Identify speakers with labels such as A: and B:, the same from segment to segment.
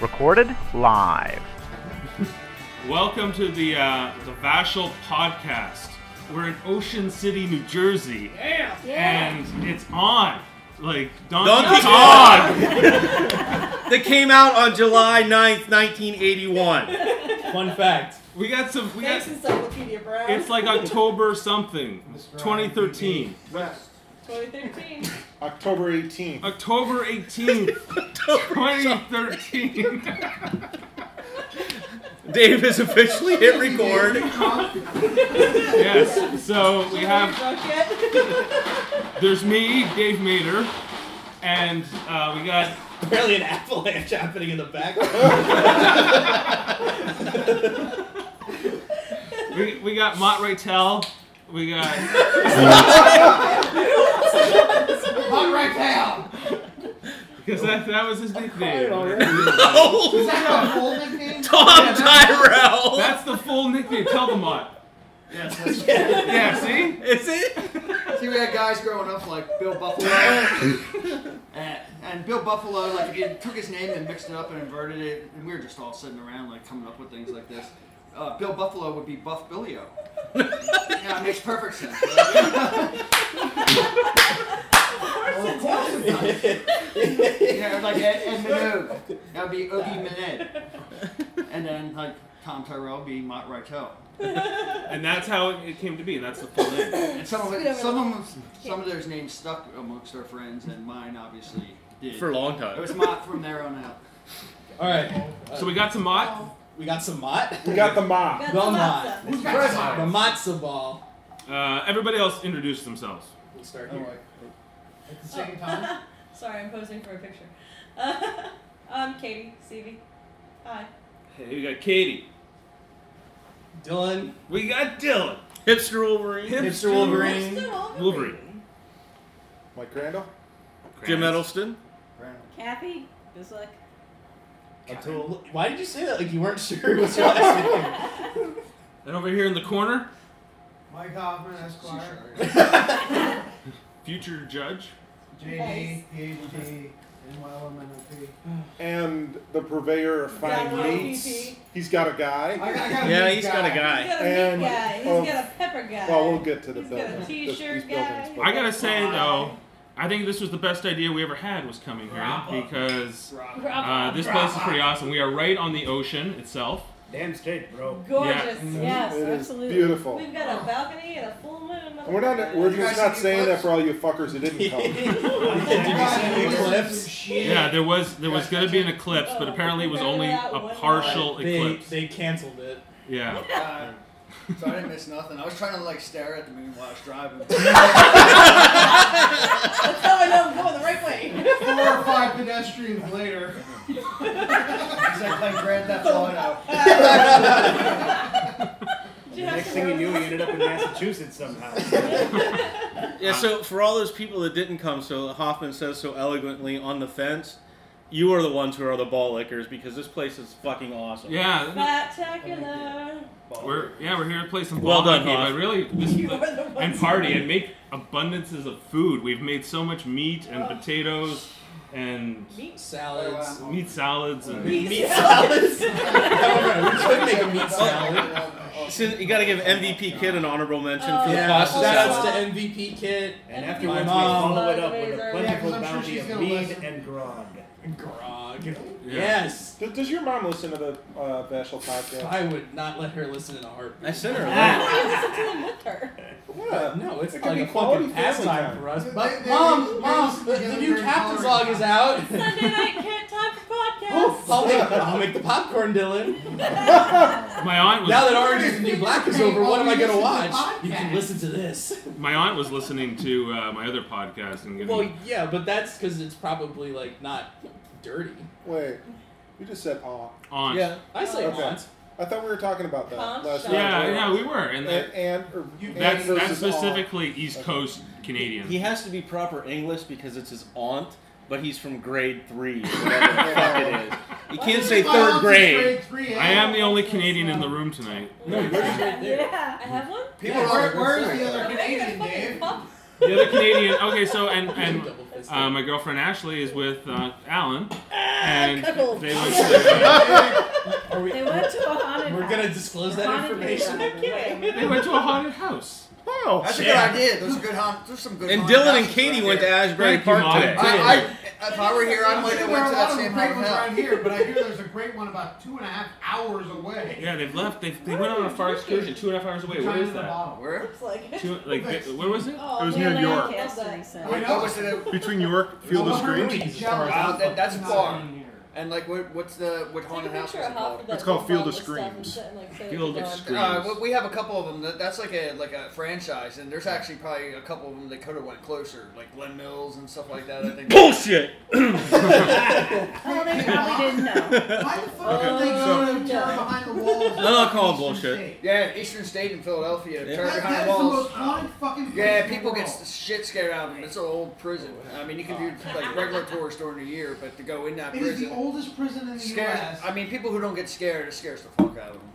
A: recorded live.
B: Welcome to the uh, the Vashel podcast. We're in Ocean City, New Jersey,
C: Yeah.
B: and it's on. Like Donkey
D: Donkey
B: Kong.
D: that came out on July 9th, 1981.
E: Fun fact.
B: We got some. We got.
C: Thanks, Encyclopedia Brown.
B: It's like October something, 2013.
F: West,
C: 2013.
F: October 18th.
B: October 18th, 2013.
D: Dave has officially hit record.
B: yes. So we have.
C: Bucket.
B: There's me, Dave Mater, and uh, we got
E: Apparently an avalanche happening in the back.
B: we, we got Mott Raytel. We got
G: Hot right now.
B: because that, that was his nickname.
D: Oh,
G: Is that a full nickname?
D: Tom Tyrell!
B: That's the full nickname. Tell them what.
G: Yes. That's
B: Yeah, see?
D: Is it?
G: See, we had guys growing up like Bill Buffalo, and, and Bill Buffalo like he took his name and mixed it up and inverted it, and we were just all sitting around like coming up with things like this. Uh, Bill Buffalo would be Buff Billio. yeah, it makes perfect sense. right? yeah, like Ed, Ed Minogue. That would be Oogie Minette. And then like Tom Tyrell would be Mott Rytel.
B: And that's how it, it came to be. And that's the full name.
G: And some of
C: Scoot
G: it,
C: over
G: some
C: a
G: of them- some of those names stuck amongst our friends, and mine obviously did.
D: For a long
G: it
D: time.
G: was Mott from there on out.
E: All right,
B: So we got some Mott.
E: we got some mott.
F: We got the mob.
C: Got
E: Well,
C: some
E: not.
C: matzah.
G: Who's
E: The matzo ball.
B: Uh, everybody else introduced themselves.
E: We'll start Uh,
G: At the
C: Sorry, I'm posing for a picture. Uh, I'm Katie Seavey. Hi.
B: Hey, we got Katie.
E: Dylan.
B: We got Dylan.
D: Hipster Wolverine.
E: Hipster
C: Next
E: Wolverine.
C: to Wolverine.
B: Wolverine.
F: Mike Randall.
D: Jim Edelston.
C: Kathy. Guzlik.
E: Atul. Why did you say that? Like you weren't sure what's your last name.
B: And over here in the corner,
G: Mike Hoffman, Esquire.
B: future judge.
C: JD,
G: PhD, NYLMNOP.
F: And the purveyor of fine
C: Got one
F: meats.
C: PP.
F: He's got a guy.
D: Yeah, he's got a
C: He's
D: guy.
C: got a
F: And-
C: meat guy. He's
F: oh.
C: got a pepper guy.
F: Well, we'll get to the
C: He's got a
F: building. this-
C: t-shirt
F: these
C: guy.
F: buildings, but-
B: I gotta say though, I think this was the best idea we ever had was coming here because uh, this place is pretty awesome. We are right on the ocean itself.
H: Damn straight, bro.
C: Gorgeous.
B: Yeah.
C: Yes,
F: Mm-hmm. It is
C: absolutely.
F: beautiful.
C: We've got a balcony and a full moon. up
F: And we're not.
C: there.
F: We're
G: You guys
F: just not
G: see
F: saying that
G: clips?
F: for all you fuckers who didn't come.
E: Did you see the eclipse?
B: Yeah, there was there was gonna be an eclipse, but apparently it was only a partial
E: They,
B: eclipse.
E: they canceled it.
B: Yeah.
G: Uh, so I didn't miss nothing. I was trying to like stare at the moon while I was driving.
C: That's how I know I'm going the right way.
G: Four or five pedestrians later. He's like playing Grand Theft Auto.
C: Did you have
H: Next
C: to
H: thing you
C: roll-
H: knew, you ended up in Massachusetts somehow.
D: Yeah, so for all those people that didn't come, so Hoffman says so eloquently on the fence, you are the ones who are the ball lickers because this place is fucking awesome.
B: Yeah.
C: Spectacular.
B: We're yeah, we're here to play some
D: Well
B: ball
D: done,
B: hockey,
D: Hoff.
B: but really this
C: You are the one.
B: and party and make abundances of food. We've made so much meat and potatoes and
C: Meat.
G: Oh,
F: um,
E: Salads.
B: meat salads and
C: Meat.
E: Meat salads. However, we could make a meat
F: Oh,
E: salad.
D: So you gotta give MVP Kid an honorable mention for the
C: Yeah.
E: Yeah,
D: cost of
E: shout outs
D: salad.
E: to MVP Kit
H: And
C: My
H: afterwards, we
E: mom-
H: follow it up with
C: Yeah,
H: a plentiful
F: 'cause I'm sure
H: bounty
F: she's
H: of
F: gonna
H: mead
F: listen.
H: and grog.
E: and Grog.
B: Yeah.
E: Yes.
F: Does, does your mom listen to the uh, Bashel podcast?
E: I would not let her listen in a heartbeat. Uh,
D: I sent her a
C: I
D: link.
C: don't listen to them with her.
F: Yeah.
E: No, it's
F: It could
E: like
F: be
E: a
F: quality
E: fucking
F: family
E: pastime
F: time.
E: for us.
F: They-
E: But
F: they-
E: mom,
F: they-
E: mom, the,
F: they-
E: the
F: they-
E: new
F: they-
E: captain's
F: they-
E: log is out.
C: Sunday night kid time for
E: Oh,
C: podcast.
E: I'll make, I'll make the popcorn, Dylan.
B: my aunt was
E: Now that Orange is the New Black is over, what am I gonna watch? You can listen to this.
B: my aunt was listening to uh, my other podcast and getting,
E: Well, yeah, but that's because it's probably like not dirty.
F: Wait. You just said aw.
B: aunt.
D: Yeah.
E: I say
F: Okay.
E: aunt.
F: I thought we were talking about that
C: Huh?
F: last
C: Shut
B: Yeah,
F: night.
B: yeah, we were, and that,
F: And, and or
B: that's
F: and
B: that's
F: versus aw.
B: specifically East Coast Canadian.
D: He has to be proper English because it's his aunt, but he's from grade three, whatever the fuck it is. You can't say third grade.
B: I am the only Canadian in the room tonight.
E: No, yours is right there.
C: Yeah, I have one.
E: People are
G: where is the
C: I'm making a fucking pup.
B: The other Canadian. Okay, so and
E: You can
B: and
E: double That's
B: Uh, my girlfriend Ashley is with uh, Alan, and
C: cuckold.
B: they went to
E: the- Are we,
C: They went to a haunted
E: we're
C: house.
E: gonna disclose that
C: Haunted
E: information.
C: house. I'm kidding.
B: they went to a haunted house.
H: Oh,
D: Wow.
G: That's
E: Yeah.
G: a good idea. There's a good haunt. There's some good.
D: Oh, And
G: haunted
D: Dylan and
G: houses
D: Katie
G: around
D: went to
G: here.
D: Asbury
B: Thank you,
D: Park
B: Mom.
D: today.
G: I, I, if I were here, I
I: I'm
G: might
I: sure
G: have went to
I: there are a
G: that
I: lot of
G: same
I: great
G: haunted
I: ones
G: house.
I: around here, but I hear there's a great one about two and a half hours away.
B: Yeah, they've left. They, they went on a far excursion two and a half hours away.
I: Trying
B: What
I: to
B: is
I: the
B: that?
I: bottom.
G: Where?
C: Looks like it.
B: Two, like they- where was it?
C: Oh,
J: It was
C: the
J: Near York.
C: Lancaster, he said.
I: I
G: Wait,
I: know.
G: what was it?
J: Between York, Field of
I: I'm
J: Screams.
I: really
E: Screams.
I: jealous
G: Wow,
I: of
G: that- that's
I: not
G: far.
I: being here.
G: And like, what, what's the what
C: Take a
G: haunted house
C: picture
G: is
C: of
G: it called?
C: Hoffman that's
J: called Field
C: filled
J: of
C: with stuff and
J: Screams.
C: sit and, like, say
B: Field of
C: it's
B: Screams.
G: Uh, well, we have a couple of them. That, that's like a like a franchise, and there's actually probably a couple of them that could have went closer, like Glen Mills and stuff like that. I think.
D: Bullshit.
C: Oh, they probably didn't know.
I: Why the fuck
C: Okay,
I: are they
C: so-
I: going to tear behind the walls?
D: No, no, call
I: Eastern
D: bullshit.
I: State?
G: Yeah, Eastern State in Philadelphia,
D: Yeah.
G: yeah.
I: That,
G: behind
I: that's the
G: walls.
I: most haunted fucking place
G: Yeah,
I: in the
G: people get
I: world.
G: s- shit scared out of it. It's an old prison. I mean, you can do like regular tours during the year, but to go in that
I: It is the
G: prison
I: oldest prison in the
G: scares.
I: U.S.
G: I mean, people who don't get scared, it scares the fuck out of them.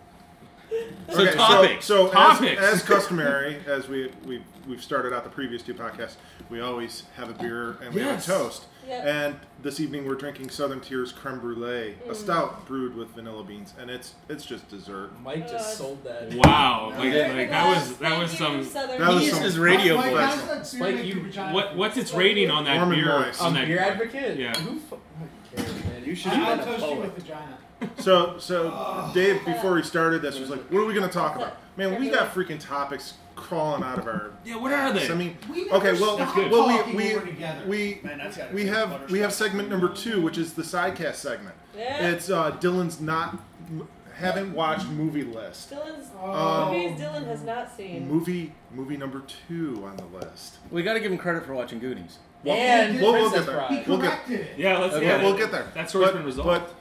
B: So
J: Okay,
B: topics.
J: So, so
B: topics.
J: As, as customary, as we we we've started out the previous two podcasts, we always have a beer and we
B: Yes.
J: have a toast.
C: Yep.
J: And this evening we're drinking Southern Tier's creme brulee, a stout brewed with vanilla beans, and it's it's just dessert.
E: Mike
C: just
E: just sold that.
B: Wow, like,
J: Yeah.
B: like that was that was
C: Thank you,
B: some.
C: Southern
J: That was
D: He's
J: some-
D: his
H: Oh
D: radio
I: Mike,
D: voice.
I: how's that
E: Mike,
I: beer make
E: you-
I: your vagina
B: What
I: feel?
B: what's its rating on that
J: Warm and
B: beer?
J: moist.
B: On
E: Beer
B: that.
E: Um, advocate.
B: Yeah.
E: Who fu- I don't care, man.
H: You should
I: I, I
H: have been a
I: toast you with
H: poet.
I: vagina.
J: So so Dave, before we started this, was like, "What are we gonna talk about?" Man, we got freaking topics crawling out of our.
B: Yeah, what are they?
J: I mean,
I: We never
J: okay, well,
I: stop
J: well,
I: talking
J: we
I: when we're together.
J: we we
G: Man, that's gotta
J: we
G: be
J: have
G: butterscotch.
J: we have segment number two, which is the sidecast segment.
C: Yeah.
J: It's uh, Dylan's not m- haven't watched movie list.
C: Dylan's
J: Um,
C: movies Dylan has not seen.
J: Movie movie number two on the list.
D: We got to give him credit for watching Goonies.
E: And
J: We'll- we'll
E: Princess
J: get there.
I: He
E: Bride.
J: We'll get-
I: corrected it.
B: yeah, let's
D: Okay,
B: yeah,
J: we'll get there.
B: That story's
J: But-
B: been resolved.
J: But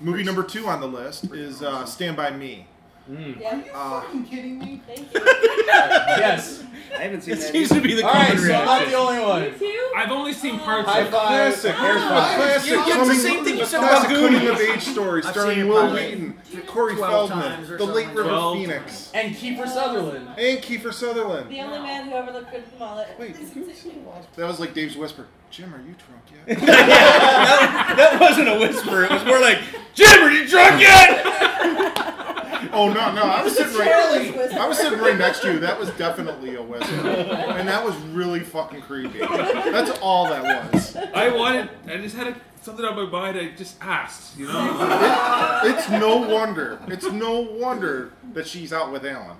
J: movie number two on the list is uh, Stand by Me.
I: Are
C: Yeah.
I: you
J: Uh,
I: fucking kidding me?
C: Thank you.
E: Yes.
H: I haven't seen
D: It
H: that.
D: seems to be the
E: All right,
D: common
E: so I'm
D: reaction.
E: the only
C: you
E: one.
C: too?
B: I've only seen parts
E: High
B: of
E: five.
J: Classic,
C: High five.
J: classic
D: You get the
J: coming-
D: same thing you
J: the
D: said
J: classic
D: about Goonies.
J: coming of age story
G: I've
J: starring
G: seen
J: Will
G: probably
J: Wheaton, Corey
G: 12
J: Feldman,
G: times or
J: the
G: something
J: late
G: like
J: River
B: that.
J: Phoenix,
E: And Kiefer Sutherland.
J: and Kiefer Sutherland.
C: The only man who ever looked good in the mullet.
J: Wait, that was like Dave's whisper. Jim, are you drunk yet?
D: that, that wasn't a whisper. It was more like, Jim, are you drunk yet?
J: oh no, no, I was sitting right.
C: Charlie's whisper.
J: I was sitting right next to you. That was definitely a whisper, and that was really fucking creepy. That's all that was.
B: I wanted. I just had a, something on my mind. I just asked, you know.
J: It, it's no wonder. It's no wonder that she's out with Alan.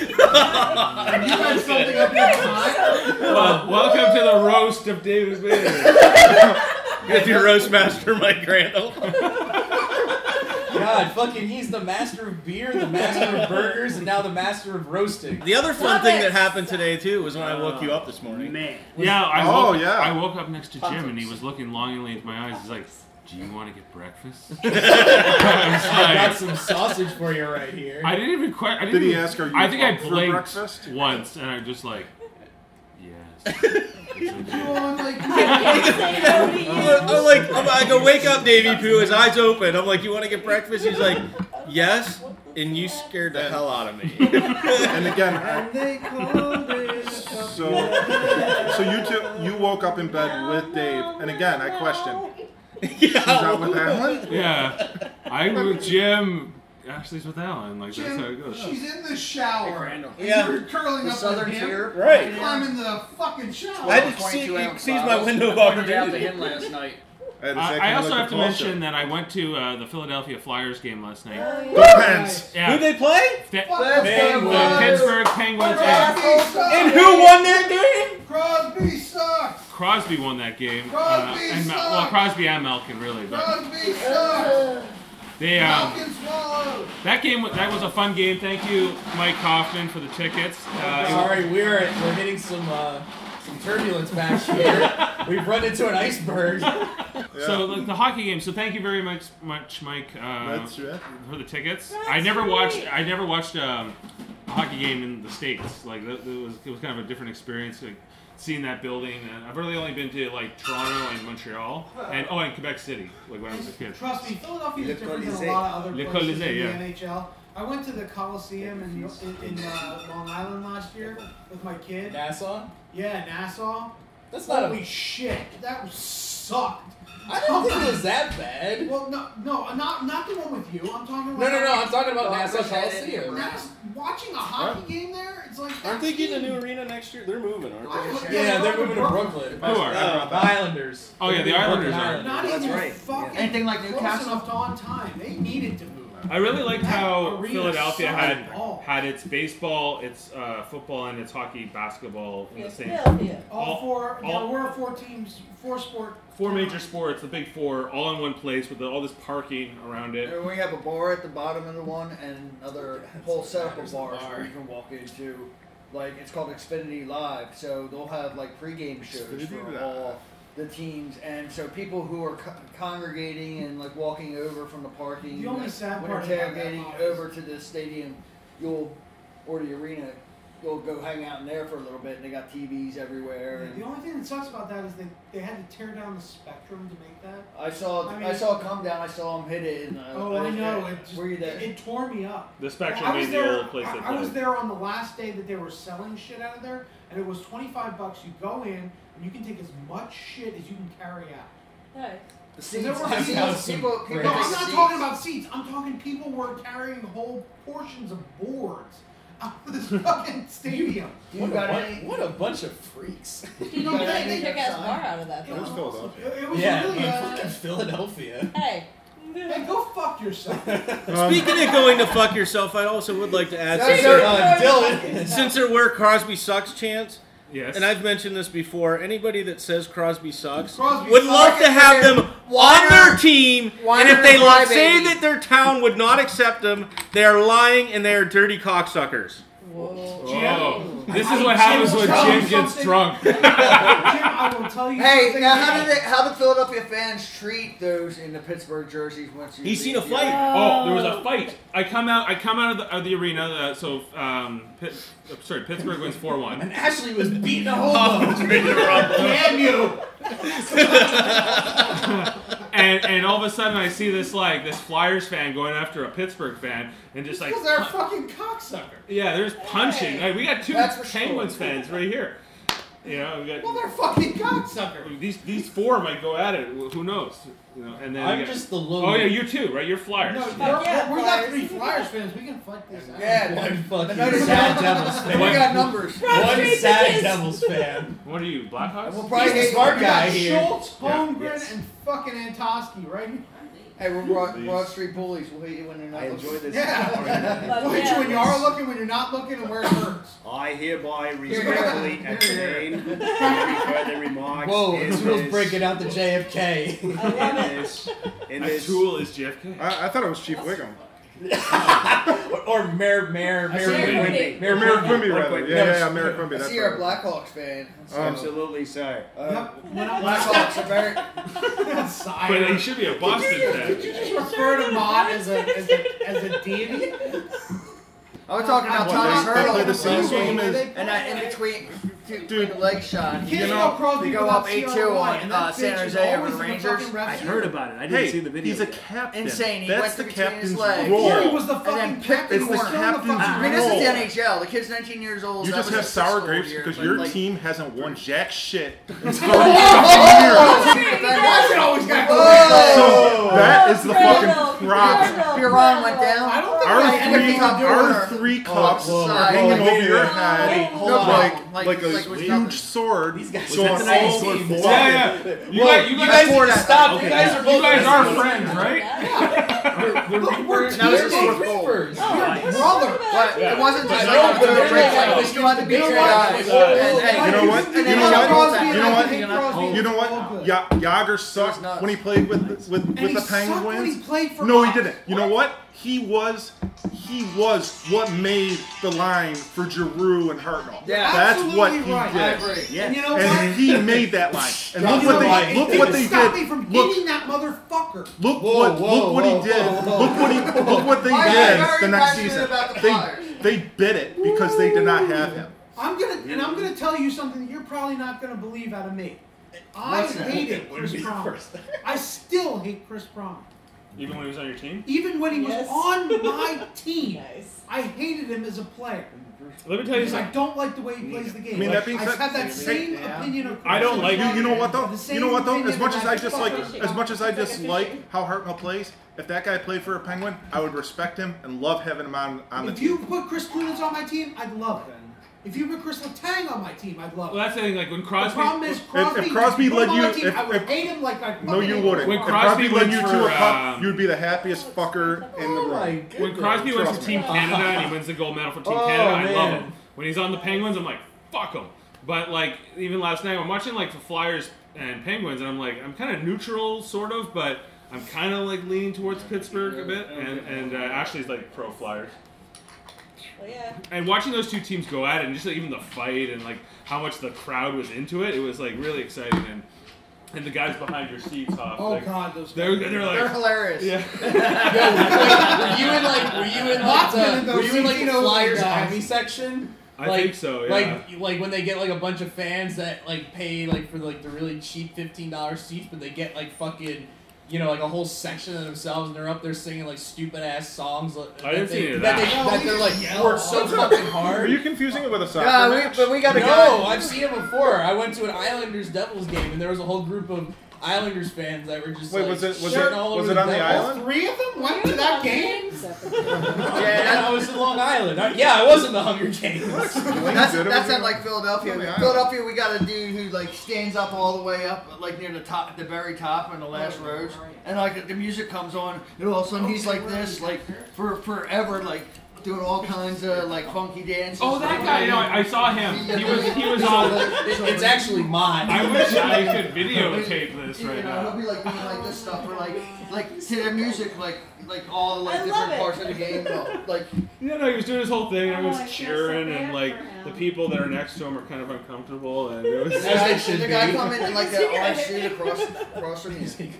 I: You had something up your butt.
B: Well, welcome to the roast of David Banner.
D: With your roast master, Mike Crandall.
E: God, fucking, he's the master of beer, the master of burgers, and now the master of roasting.
D: The other fun
C: Love
D: thing
C: it.
D: that happened today, too, was when I woke you up this morning.
H: Man.
B: yeah, I
J: Oh,
B: woke,
J: yeah.
B: I woke up next to Jim and he was looking longingly into my eyes. He's like, "Do you want to get breakfast?"
E: I
B: I
E: got
B: was like,
E: some sausage for you right here.
B: I didn't even quite. I didn't
J: Did he
B: even-
J: ask, "Are you
B: I think I
J: up for
B: blinked
J: breakfast?"
B: once, and I'm just like, "Yes."
I: Well, I'm like,
C: Say no to you.
D: I'm I'm like, I'm, I go wake up, Davy Pooh. His eyes open. I'm like, you want to get breakfast? He's like, yes. And you scared the hell out of me.
J: And again,
I: and they called it.
J: so so you two you woke up in bed with Dave, and again I questioned.
C: Oh,
J: She's out with Alan.
B: yeah, I'm with Jim. Ashley's with Alan. Like that's how it
I: Jim,
B: goes.
I: she's in the shower.
G: Randall.
I: and
D: Yeah.
I: You're curling
G: The
I: up
G: southern
I: with him.
G: tier.
D: Right.
I: Climbing the fucking shower.
D: I just see- it sees my window of opportunity.
G: I pointed out to him last night.
J: had the
B: I, I
J: same thing
B: also
J: with
B: have to
J: the
B: mention that I went to uh, the Philadelphia Flyers game last night.
J: Vulture. The Pens.
D: Who
B: Yeah,
D: they play?
B: the,
I: Fuck
B: the Pittsburgh Penguins. And
D: And who won their game?
I: Crosby sucks.
B: Crosby won that game.
I: Crosby
B: uh, and Mel-
I: sucks.
B: well, Crosby and Malkin really, but
I: Crosby
C: Oh,
I: sucks.
B: they um,
I: Falcon swallowed.
B: that game wa- that was a fun game. Thank you, Mike Kaufman, for the tickets. Uh,
E: Sorry, we're we're hitting some uh, some turbulence back here. We've run into an iceberg.
B: it- so the, the hockey game. So thank you very much, much Mike, uh,
J: That's right.
B: for the tickets.
C: That's
B: I never
C: great.
B: watched. I never watched um, a hockey game in the states. Like that, that was it was kind of a different experience. Like, Seeing that building, and I've really only been to like Toronto and Montreal, and oh, and Quebec City, like when I was a kid.
I: Trust me, Philadelphia
G: Le
I: is different than
G: Colisée.
I: a lot of other
B: Le
I: places
B: Colisée, yeah.
I: in the NHL. I went to the Coliseum in, in, in uh, Long Island last year with my kid.
E: Nassau.
I: Yeah, Nassau.
E: That's not
I: Holy
E: a-
I: shit, that was sucked.
E: I didn't think it was that bad.
I: Well, no, no, not not the one with you. I'm talking about.
E: No, no, no. I'm talking about Nassau
I: That
E: Coliseum.
I: was- watching a hockey game there. It's like
D: Aren't they getting a new arena next year? They're moving, aren't they?
E: Yeah, they're moving to Brooklyn. Uh,
B: Who are?
D: Oh.
E: The Islanders.
B: Oh, yeah, the
E: They're moving
B: Islanders
E: to
B: are.
E: Island.
I: Not
G: That's
I: even
G: right.
I: fucking
G: Anything like
I: close
G: Newcastle?
I: enough to on time. They needed to move.
B: I really liked
I: That
B: how
I: arena
B: Philadelphia
I: sucked
B: had
I: balls.
B: had its baseball, its uh, football, and its hockey, basketball in the same.
C: Philadelphia.
I: All
B: all-
I: four.
B: all-
I: there were four teams, four sport.
B: Four major sports, the big four, all in one place with the, all this parking around it.
G: And we have a bar at the bottom of the one and another whole setup of bars where you can walk into. Like it's called Xfinity Live, so they'll have like pregame shows
J: Xfinity
G: for
J: Live.
G: all the teams, and so people who are co- congregating and like walking over from the parking,
I: The only
G: like,
I: sad
G: when you're
I: part about that
G: tailgating
I: lot is-
G: over to the stadium, you'll or the arena, you'll go hang out in there for a little bit, and they got TVs everywhere. And
I: The only thing that sucks about that is they, they had to tear down the spectrum to make that.
G: I saw,
I: I
G: I,
I: mean-
G: saw it come down. I saw him hit it, and I,
I: Oh, I
G: was
I: know.
G: there.
I: It just,
G: Were you there?
I: It tore me up.
B: The Spectrum
I: I was
B: made
I: there,
B: the old place
I: I,
B: that
I: I was
B: did.
I: there on the last day that they were selling shit out of there, and it was 25 bucks. You go in, and you can take as much shit as you can carry out.
C: Nice.
G: The
I: Is there
G: seats,
I: one-
G: people, people, people
I: No,
G: take
I: I'm not
G: seats.
I: talking about seats. I'm talking people were carrying whole portions of boards out of this fucking stadium.
G: Do
E: What
G: you
E: a
G: got
E: bu-
G: any?
E: What a bunch of freaks.
C: You
G: You
C: don't
G: got
C: get
G: any
C: any kick ass
G: outside?
C: bar out of that
I: It
C: though.
I: was,
J: Where's Philadelphia?
I: it was
E: yeah,
I: really
E: man,
I: uh
E: fucking Philadelphia. uh,
C: Hey.
I: Hey, go fuck yourself.
D: Um, Speaking of going to fuck yourself, I also would like to add
E: That's
D: since
E: it,
D: there,
E: uh, Dylan.
D: since there were Crosby sucks chants,
B: Yes.
D: and I've mentioned this before. Anybody that says Crosby sucks
I: Crosby
D: would
I: sucks.
D: love to have them on their team. And if they lie, say that their town would not accept them, they are lying and they are dirty cocksuckers.
C: Whoa.
B: Whoa. Oh. This is
I: I-
B: what
I: I-
B: happens
I: Jim
B: when
I: Jones
B: Jim gets
I: something.
B: drunk.
I: Jim, I will tell you.
G: Hey,
I: something
G: now how did they, how did Philadelphia fans treat those in the Pittsburgh jerseys once you?
D: He's seen a
G: leave?
D: fight.
B: Oh, there was a fight. I come out. I come out of the, of the arena. Uh, so, um, Pitt, uh, sorry, Pittsburgh wins four one.
E: And Ashley was beating the whole
B: Oh,
E: of them.
I: Damn you!
B: And and all of a sudden, I see this like this Flyers fan going after a Pittsburgh fan, and just like
I: Because they're a fucking cocksucker.
B: yeah, there's punching. Like, we got two
G: That's for sure.
B: Penguins fans right here. You know, we got
I: Well, they're fucking cocksuckers.
B: these these four might go at it. Who knows? You know, and then we
E: I'm
B: got-
E: just the lone
B: oh yeah, you too, right? You're Flyers.
I: No,
B: Yeah.
I: we're,
C: yeah,
I: we're not
C: Flyers.
I: three Flyers fans. We can fight this out.
G: Yeah,
E: one fucking
G: no, no,
E: sad
G: no.
E: Devils
G: we
E: fan.
B: What?
G: got numbers.
E: One
C: Crazy
E: sad
C: kids.
E: Devils fan.
B: What are you, Blackhawks?
G: We'll
E: He's
G: probably
E: the
G: hate
E: smart
I: We got
E: guy here.
I: Schultz, Holmgren,
E: Yes.
I: and fucking Antoski, right?
G: Hey, we're broad, broad Street bullies. We'll hate you when you're not.
E: I enjoy this.
I: Yeah.
C: But
I: We'll hit
C: yeah.
I: you when you are looking, when you're not looking, and where it hurts.
H: I hereby respectfully abstain from further remarks.
E: Whoa,
H: in
E: Tool's
H: this-
E: breaking out the JFK.
C: I
H: In
C: love it.
H: this, in
B: A
H: this,
B: tool is JFK.
J: I, I thought it was Chief Wiggum.
E: or, or Mayor, Mayor, Mayor,
C: said
E: Quimby.
C: Quimby.
E: Mayor,
J: Mayor
E: Quimby.
J: Quimby, rather.
H: Quimby.
J: Yeah, yeah, yeah, Mayor Quimby.
G: I
J: That's
G: see you're
J: right.
G: a
J: Uh,
G: Blackhawks fan. So,
H: absolutely so.
G: uh,
I: When I'm
G: Blackhawks are very.
B: But he
I: outside,
B: should be a Boston fan.
I: just refer to Mott as a, as a, as a deity?
G: I was talking about
J: What,
G: Tommy
J: they- they
G: Hurdle.
J: play the same game as-
G: And I, in between, two,
J: Dude.
G: the leg shot.
I: Kids
G: you know,
I: know Crosby
G: they go
I: without
G: up 8 2
I: CRY,
G: on
I: and
G: uh,
I: that
G: San
I: bitch is
G: Jose over
I: always
G: the
I: in the
G: Rangers.
I: fucking ref's
H: heard about it. I didn't
J: Hey,
H: see the video.
J: he's a
H: yet.
J: captain.
G: Insane, he
J: That's
G: went
J: the
G: between his
J: captain's
G: legs.
J: role.
I: Gary was the
G: And
I: fucking
G: then Pippen
I: captain.
J: was
I: He's still
J: captain.
I: on the
G: I
I: fucking
G: mean, this
J: Roll.
G: is the NHL. The kid's 19 years old.
J: You
G: That
J: just
G: was
J: have
G: his
J: sour
G: fiscal
J: grapes
G: year,
J: because
G: but,
J: your
G: like,
J: team hasn't won jack shit.
G: Piron always got
J: So that is the
C: Cradle,
J: fucking problem.
C: cradle,
G: Piron went
C: cradle.
G: down.
I: I don't think
G: Our
I: I
J: Our
G: Like,
I: ended
J: three,
I: up
G: top
J: our
G: corner.
J: three
G: Oh,
J: cups
G: whoa,
J: are hanging
G: whoa,
J: over your
C: whoa.
J: head
C: Wait, hold
G: on.
J: like,
G: Like-
J: like,
G: like
J: a
G: it was nothing.
J: huge sword.
E: These guys
J: going
E: are the same
J: all
E: team.
J: over the
E: Yeah,
B: yeah. You,
J: Whoa,
B: guys, you,
J: you
B: guys,
E: need to stop.
B: Okay.
E: You guys are both.
B: you guys are friends, right?
E: We're
G: Now this is
E: team
G: fourth goal.
E: creepers.
C: Oh,
G: brother. But it wasn't just like a
E: but
G: third
E: they're
G: break.
E: like-
G: Like, we still had to beat
E: they're
G: three
E: like-
G: guys.
E: they're
G: And,
E: like-
G: hey,
J: You know what? You
G: and then
J: know
G: Rob
J: what?
G: Crosby,
J: You
G: and
J: know
G: I
J: what?
G: think Crosby-
J: You know what? Ya- Yager sucked
G: nuts.
J: when he played with with, with
I: he
J: the
I: sucked when
J: Penguins.
I: he played for
J: no,
I: us.
J: he didn't. You know what? He was he was what made the line for Giroux and Hartnell.
G: Yeah.
J: that's what
I: Absolutely
J: he
I: right.
J: did.
G: I agree.
I: And you know
J: And
I: what?
J: he made that line. And look
E: That's
J: what
E: why
J: they
E: it
J: look
I: didn't
J: what they
I: stop me
J: did.
I: from
J: Look
I: hitting that motherfucker.
J: Look
E: Whoa,
J: what
E: whoa,
J: look what
E: whoa,
J: he did.
E: whoa, whoa.
J: Look what he look what they
G: Why are you
J: did
G: very
J: the next
G: passionate
J: season.
G: about the Flyers?
J: They they bit it because they did not have him.
I: I'm gonna and I'm gonna tell you something that you're probably not gonna believe out of me. I
G: What's that?
I: hated Chris Pronger. I still hate Chris Pronger.
B: Even when he was on your team?
I: Even when he
C: Yes.
I: was on my team, I hated him as a player.
B: Let me tell you
I: Because I
B: something.
I: don't like the way he plays the game.
J: I mean, that being
I: I've
J: said-
I: had that same
H: Yeah.
I: opinion of
B: I don't like-
J: you, you know what though?
I: The
J: You know what though?
I: same
J: As much as I
I: opinion
J: just
I: that
J: like,
I: I
C: fishing.
J: as much as I
C: It's like a
J: dislike
C: fishing.
J: how Hartnell plays, if that guy played for a Penguin, I would respect him and love having him on on the
I: If you
J: team.
I: put Chris Clunas on my team, I'd love it. If you put Chris Letang on my team, I'd love
B: Well,
I: it.
B: that's the thing. Like when
I: The problem
B: Crosby.
I: is Crosby.
J: if Crosby
I: you
J: led
I: put him on my
J: you-
I: team,
J: if-
I: I would
J: if-
I: hate him like I
J: No,
I: fucking
J: you
I: hate
J: wouldn't.
B: When
J: If
B: Crosby
J: Crosby led
B: went
J: you
B: for,
J: to a cup,
B: um,
J: you'd be the happiest fucker in the
E: Oh my
J: room.
E: goodness.
B: When Crosby went for
J: Trust
B: Team
E: me.
B: Canada and he wins the gold medal for Team
E: Oh,
B: Canada, I love
E: man.
B: him. When he's on the Penguins, I'm like, fuck him. But like even last night, I'm watching like the Flyers and Penguins, and I'm like, I'm kind of neutral, sort of, but I'm kind of like leaning towards Pittsburgh a bit, and and uh, Ashley's like pro Flyers.
C: Well, yeah.
B: And watching those two teams go at it, and just like, even the fight, and like how much the crowd was into it, it was like really exciting. And and the guys behind your seats, Hoff,
I: Oh
B: like,
I: God, those.
B: they're they're
G: They're
B: like,
G: hilarious.
B: yeah.
E: Yo, wait, were you in like were you in like
I: Watson and
E: the
I: those
E: were you in like the
I: Centinos
E: Flyers
I: guys.
E: heavy section?
B: I
E: like,
B: think so, yeah.
E: Like like when they get like a bunch of fans that like pay like for like the really cheap fifteen dollar seats, but they get like fucking you know like a whole section of themselves, and they're up there singing like stupid ass songs. like,
B: I didn't
E: that they,
B: see any of
E: they,
B: that.
E: that they're like worked so fucking hard.
J: Are you confusing it with a soccer
G: Yeah, we,
J: match?
G: but we got a
E: No,
G: guy.
E: I've seen it before. I went to an Islanders Devils game, and there was a whole group of Islanders fans that were just
J: Wait,
E: like
J: was it- was
E: shitting
J: it-
E: all
J: was
E: over
J: it on the
E: Devils.
J: island?
I: Three of them went to that game.
E: Yeah, I was in Long Island. I- yeah, I was in the Hunger Games.
G: That's,
J: Did it
G: that's
J: with
G: not
J: you?
G: like Philadelphia.
J: Yeah.
G: Philadelphia, we got a dude who like stands up all the way up, like near the top, the very top on the
B: Oh,
G: last rows, and like the music comes on, and all of a sudden he's like this, like for forever, like doing all kinds of like funky dances.
B: Oh, that guy! You know, I I saw him. He was he was on.
E: It- it's actually mine.
B: I wish I could videotape this
G: You
B: right
G: know, he'll
B: now.
G: be like doing like this stuff, or like like to their music, like like all the
C: I
G: like
C: love
G: different
C: it.
G: parts of the game, though. like
B: No, no, he was doing his whole thing.
C: Oh,
B: Everyone's
C: I feel so
B: cheering,
C: bad
B: and
C: for
B: like
C: him.
B: the people that are next to him are kind of uncomfortable. And it
G: the
B: was,
E: As
G: guy,
E: they should
G: the guy
E: be.
G: come in and like that orange suit across across from you.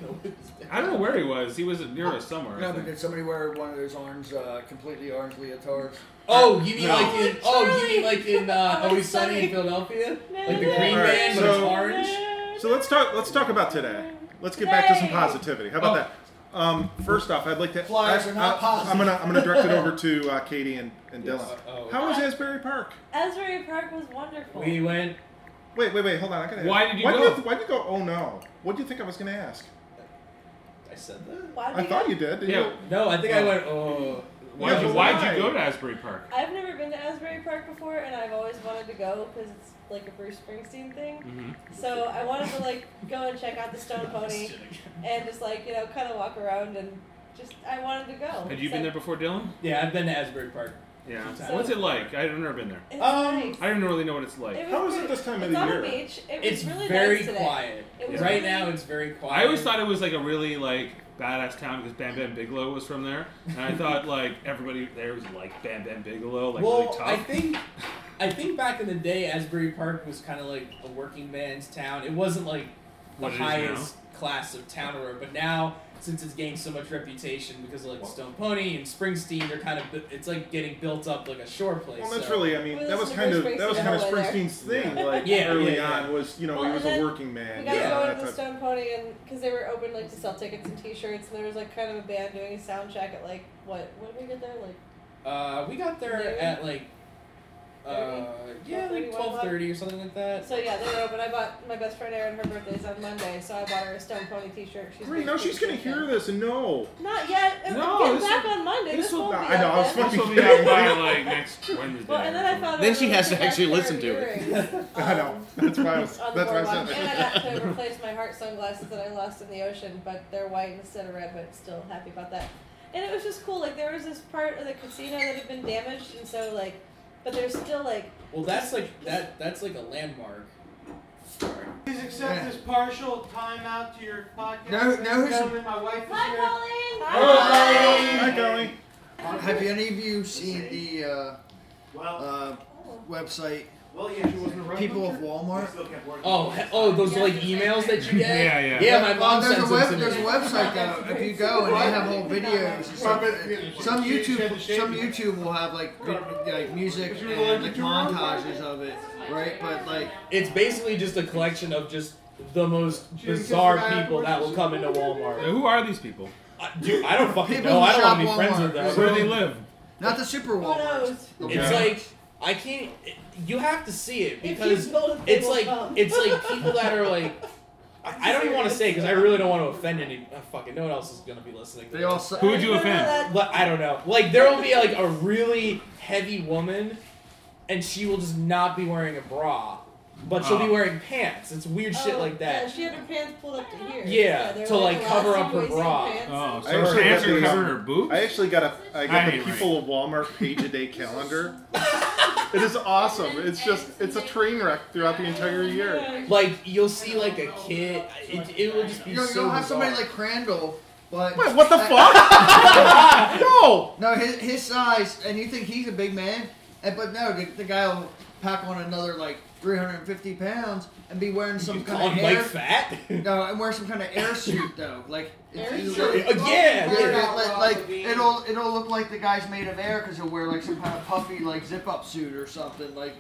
B: I don't know where he was. He was near us somewhere.
G: No,
B: I
G: but
B: think.
G: did somebody wear one of those orange, uh, completely orange leotards?
E: Oh, you mean
B: No.
E: like in oh, you
C: Truly.
E: mean like in uh,
C: Oh,
E: Always Sunny
C: Sunny.
E: in Philadelphia,
C: No,
E: like the
C: no,
E: Green
J: no,
E: Man, but it's
J: no.
E: orange.
J: So let's talk. Let's talk about today. Let's get back to some
C: Yay.
J: positivity. How about that? Um, first off, I'd like to.
G: Flyers
J: I,
G: are not positive.
J: am gonna I'm gonna direct it over to uh, Katie and, and Dylan.
E: Yes. Oh.
J: How was Asbury Park?
C: Asbury Park was wonderful.
E: We went.
J: Wait, wait, wait. Hold on. I gotta.
B: Why
J: ask.
B: did you
J: why
B: go?
J: Did you, why did you go? Oh no. What do you think I was gonna ask?
E: I said that.
C: Why
J: I
C: did
J: thought
C: go-
J: you did. did
B: Yeah.
J: you?
E: No, I think I went. Oh,
B: Why'd,
J: Yeah,
B: you,
J: but
B: why'd
J: why?
B: you go to Asbury Park?
C: I've never been to Asbury Park before, and I've always wanted to go because it's like a Bruce Springsteen thing.
B: Mhm.
C: So I wanted to like go and check out the Stone Pony and just like you know kind of walk around and just I wanted to go.
B: Had you been there before, Dylan?
E: yeah, I've been to Asbury Park.
B: Yeah.
E: So-
B: What's it like? I've never been there.
C: It's
E: Um,
C: nice.
B: I don't really know what it's
C: It
B: like.
C: was
J: How is
C: great.
J: it this time of
C: It's
J: the
C: on
J: year?
C: The beach. It was
E: It's
C: really
E: very
C: nice today.
E: quiet.
C: It was
E: Right
C: really-
E: now, it's very quiet.
B: I always thought it was like a really like badass town because Bam Bam Bigelow was from there, and I thought like everybody there was like Bam Bam Bigelow, like
E: well,
B: really tough.
E: I think, I think back in the day, Asbury Park was kind of like a working man's town. It wasn't like the
B: What it is
E: highest class of town or but now since it's gained so much reputation because of like Stone Pony and Springsteen, they're kind of bu- it's like getting built up like a shore place.
J: Well, that's
E: so-
J: really. I mean,
C: Well,
J: that was
C: this
J: kind
C: is
J: of
C: the
J: that was
C: Bruce
J: kind of
C: Springsteen all the way
J: Springsteen's thing. Like
E: Yeah,
J: early
E: yeah,
J: on was you know
C: Well,
J: he was
C: and
J: a
C: then
J: working
C: We
J: man.
C: got
J: yeah,
C: to go
J: that
C: into the
J: type-
C: Stone Pony and because they were open like to sell tickets and T-shirts, and there was like kind of a band doing a sound check at like what? What did we get there? Like
E: Uh, we got there
C: Noon?
E: at like, uh, yeah, like
C: 12:30, one
E: twelve thirty or something like that.
C: so yeah, they were open. I bought my best friend Erin her birthday's on Monday, so I bought her a Stone Pony T-shirt. She's
J: Great. Now she's gonna hear this and know.
C: Not yet. It-
B: No,
C: Get
B: this
C: back
B: will-
C: on Monday.
B: this
C: This
B: will-
C: won't be
J: I know,
C: up
J: I was
C: then.
J: fucking-
B: This will be out by like next Wednesday.
C: Well, and then I found.
D: Then
C: out
D: she
C: I
D: has to
C: really
D: actually
C: got
D: listen to
C: pair of
D: it.
C: earrings,
J: I know.
C: um,
J: That's why I was.
C: On
J: That's
C: the
J: why I
C: boardwalk,
J: said.
C: and I
J: that.
C: got to replace my heart sunglasses that I lost in the ocean, but they're white instead of red. But still happy about that. And it was just cool. Like there was this part of the casino that had been damaged, and so like, but there's still like
E: Well, that's like that. That's like a landmark.
I: Please accept this partial timeout to your podcast.
G: No- no, who's-
I: Gentlemen, my wife is
C: Hi,
I: here.
C: Colleen.
J: Hi, Kelly.
G: Uh, Have you- any of you seen the uh,
H: Well,
G: uh, website
I: Uh,
H: well, yeah, she wasn't around.
G: People of Walmart?
H: Still kept working.
E: Oh, he- oh, those like emails that you get.
B: Yeah, yeah.
E: Yeah, my mom
G: there's a
E: sends
G: web,
E: them to
G: there's a
E: me.
G: website though. If you go and they have whole videos, and stuff. some YouTube, some YouTube will have like good, like music and like montages of it, right? But like,
E: It's basically just a collection of just the most bizarre people that will come into Walmart.
B: Who are these people?
E: I, dude, I don't fucking
G: People
E: know.
G: who
E: I don't want to be
G: shop
E: friends
G: Walmart.
E: with them.
G: Where they live. Not the super
C: Oh,
G: Walmart.
E: It's like I can't. You have to see it
G: If
E: because
G: you vote, they
E: it's
G: will
E: like
G: come.
E: it's like people that are like. I I don't even want to say because I really don't want to offend any. uh, fucking no one else is gonna be listening. To
G: They all
E: this.
G: su- Who would you
C: Oh,
G: No, no, offend? that-
E: Like, I don't know. Like there will be like a really heavy woman, and she will just not be wearing a bra, but she'll
G: Uh.
E: be
C: Oh.
E: wearing pants. It's weird shit
C: Oh,
E: like that.
C: Yeah, she had her pants pulled up to here.
E: Yeah,
C: they were
E: to, like, cover up her
C: elastic
E: bra.
C: waist
B: Oh, so
J: I
B: her
J: actually
B: hands
J: got
B: are
J: the-
B: covering her boobs.
J: I actually got a
B: That
J: I got the
B: ain't
J: People of Walmart page a day calendar. it is awesome. It's just it's a train wreck throughout the entire year.
E: Like you'll see like a kid. It, it will just be
G: You don't, you
E: so.
G: don't have somebody
E: bizarre.
G: like Crandall, but
J: Wait, what the fuck? no.
G: No, his, his size, and you think he's a big man, and, but no, the, the guy will pack on another like 350 pounds and be wearing some kind
E: call
G: of
E: him
G: air,
E: Mike fat.
G: No, and wear some kind of air suit though, like it's-
E: Air
G: it's-
E: suit?
G: it's-
E: Again,
G: yeah,
E: yeah.
G: like, like, it'll it'll look like the guy's made of air because he'll wear like some kind of puffy like zip up suit or something like.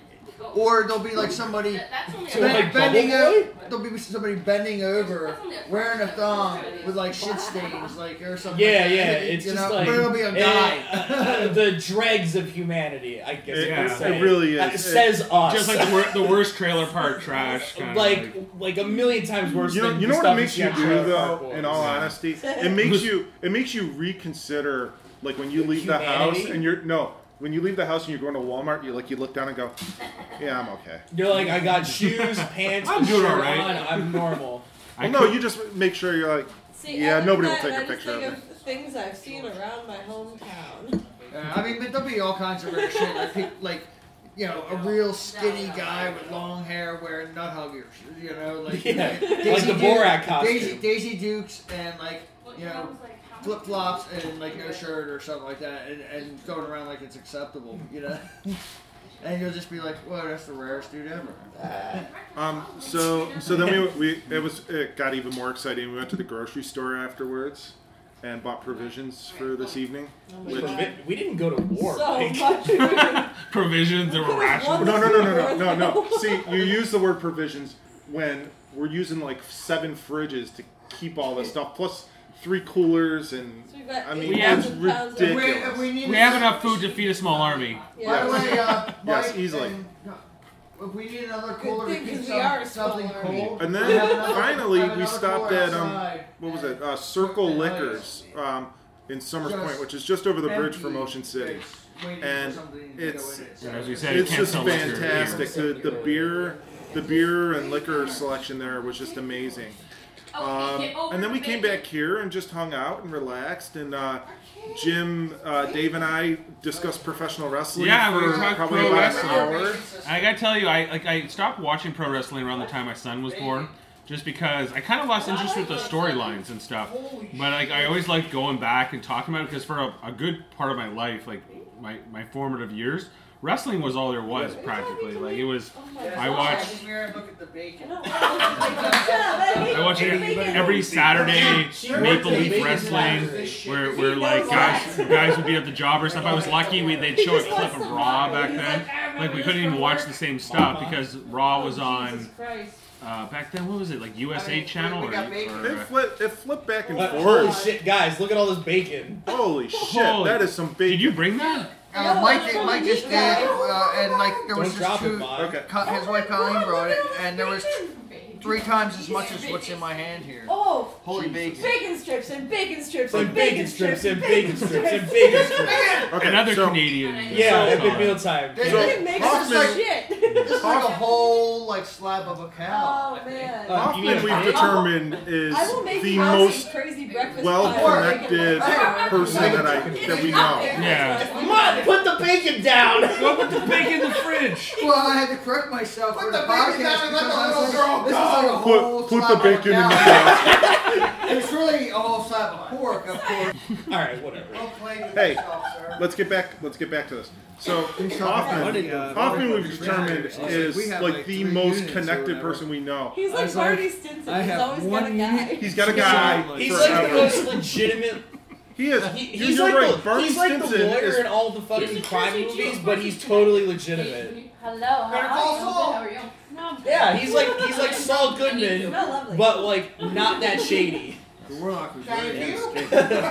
G: Or there'll be like somebody
K: That's only a-
G: ben-
K: So, like,
G: bending
K: bubble
G: over. There'll be somebody bending over, wearing a thong with like shit stains, like or something.
E: Yeah,
G: like that,
E: yeah. It's
G: you
E: just
G: know?
E: like
G: but it'll be a
E: eh,
G: guy.
E: uh, the dregs of humanity, I guess.
B: Yeah.
E: you could say.
B: It really is.
E: That says
B: It-
E: us.
B: Just like the, wor- the worst trailer park trash. Kind
E: like, like a million times worse.
J: You know,
E: than
J: you
E: the
J: know what it
E: stuff
J: makes
E: see
J: you
E: on
J: do
E: Trailer Park
J: though.
E: Boys.
J: In all honesty, it makes you it makes you reconsider like when you leave the house
E: Humanity?
J: and you're no when you leave the house and you're going to Walmart. You like you look down and go, yeah, I'm okay.
E: You're like, I got shoes, pants,
J: I'm
E: a
J: doing
E: shirt
J: all right.
E: on, I'm normal.
J: Well, no, you just make sure you're like,
C: See,
J: yeah,
C: other
J: nobody
C: than
J: will take
C: that,
J: a
C: I just
J: picture of
C: think
J: me.
C: of things I've seen around my hometown.
G: Yeah, Uh, I mean, but there'll be all kinds of weird shit. Like, peop like, you know, a real skinny guy with long hair wearing nut huggers. You know, like
E: Yeah,
G: you know,
E: like the Borat costume.
G: Daisy, Daisy Dukes and like you know flip flops and like no shirt or something like that, and, and going around like it's acceptable. You know. And you'll just be like, "Whoa, that's the rarest dude ever."
J: Um, so so then we, we it was it got even more exciting. We went to the grocery store afterwards and bought provisions for this evening.
E: my God. We didn't go to war.
C: So
E: Mike.
C: much.
B: provisions or
J: No
B: rations.
J: no no no no no no. See, you use the word provisions when we're using like seven fridges to keep all this stuff plus three coolers and
C: So we've got
J: I mean
B: We
J: it's
B: have-
J: ridiculous.
G: We- we need
B: We
G: to-
B: have enough food to feed a small army.
G: By the way, uh, Mike
J: Yes, easily.
G: and- if we need another cooler
C: thing,
G: to
C: 'cause
G: keep
C: we
G: some-
C: are a small
G: something
C: army.
G: cold,
J: And
G: we have
J: then
G: another-
J: finally,
G: have
J: we
G: another
J: stopped
G: cooler
J: at um,
G: outside.
J: what was it? Uh, Circle Liquors um, in Summers
G: Just
J: Point, which is just over the bridge from
G: empty
J: Ocean City,
G: space waiting for
J: and
G: something to
J: it's
G: go in it.
B: Yeah, as we said, you
J: it's
B: can't
J: just
B: sell liquor here.
J: fantastic. The, the beer, the beer and liquor selection there was just amazing. Um, and then we came back here and just hung out and relaxed. And uh, Jim, uh, Dave, and I discussed professional wrestling
B: Yeah,
J: for
B: we're talking
J: probably
B: pro
J: about
B: wrestling.
J: an hour.
B: I gotta tell you, I like I stopped watching pro wrestling around the time my son was born, just because I kind of lost interest with the storylines and stuff. But like I always liked going back and talking about it because for a, a good part of my life, like my my formative years, wrestling was all there was practically. Like it was,
C: Oh
B: I watched.
G: Look at the bacon.
B: I watch it every Saturday Maple Leaf Wrestling, where, where like guys guys would be at the job or stuff. I was lucky we they'd show a clip of Raw back
C: "Ah,
B: then. Like we couldn't even watch the same stuff because Raw
C: Oh
B: was on uh, back then. What was it like USA Channel or? or-
J: It flipped, it flipped back and
E: But
J: forth.
E: holy shit, guys! Look at all this bacon.
J: Holy shit, that is some big. Did
B: you bring that?
G: Uh, Mike, Mike just did, uh, and like there was just
E: Don't drop it,
G: two.
E: Bob. Okay.
C: Oh
G: co- His wife Colleen brought it, and there was three times as much as what's in my hand here.
C: Oh,
G: holy bacon!
C: Bacon strips and bacon strips
G: And
C: and, bacon,
G: bacon
C: strips and
E: bacon strips and bacon strips.
J: Okay,
B: Another
J: so-
B: Canadian.
E: Yeah,
B: So-
E: it'd be mealtime.
G: They-
J: So,
G: they make
J: Hoffman-
G: this like- This is like a whole like slab of a
J: Uh,
G: cow.
C: Oh man.
J: Hoffman, we've determined, is
C: I will make
J: the
C: you all
J: most
C: some crazy breakfast
J: well-connected person that I that we know.
B: Yeah.
E: Mom, put the bacon down.
B: Well, put the bacon in the fridge.
G: Well, I had to correct myself for the,
I: the
G: podcast
I: bacon down and let
G: because
I: the
G: I was
I: little
G: like,
I: girl
G: this is like a
I: go.
G: whole
J: Put- put
G: slab
J: the bacon in
G: of a
J: the
G: cow. It's really a whole slab of pork, of course.
E: All right, whatever.
G: Don't play with
J: Hey,
G: yourself, sir.
J: let's get back. Let's get back to this. So
G: What
J: Hoffman,
G: did, uh,
J: Hoffman, we've
G: Robert
J: determined
G: Redford say?
J: is
G: We have,
J: like
G: like,
J: the
G: three
J: most
G: units or
J: connected
G: whatever.
J: person we know.
C: He's
G: I
C: like
G: was like,
C: Barney Stinson.
G: I
C: He's
G: have
C: always got a
G: one
C: guy.
J: He's got a guy.
E: He's like the
J: forever.
E: most legitimate.
J: He is.
E: He,
J: You're-
E: he's
J: you're
E: like,
J: right.
E: the,
J: Barney
E: he's like the
J: Stinson
E: lawyer
J: is-
E: in all the fucking crime movies, but he's totally legitimate.
K: Hello, how
G: Better
K: are
G: call
K: you?
G: Saul.
K: How are you? No, I'm good.
E: Yeah, he's like he's like Saul Goodman,
C: Not lovely.
E: but like not that shady.
G: The warlock was
I: Thank
G: very
I: you.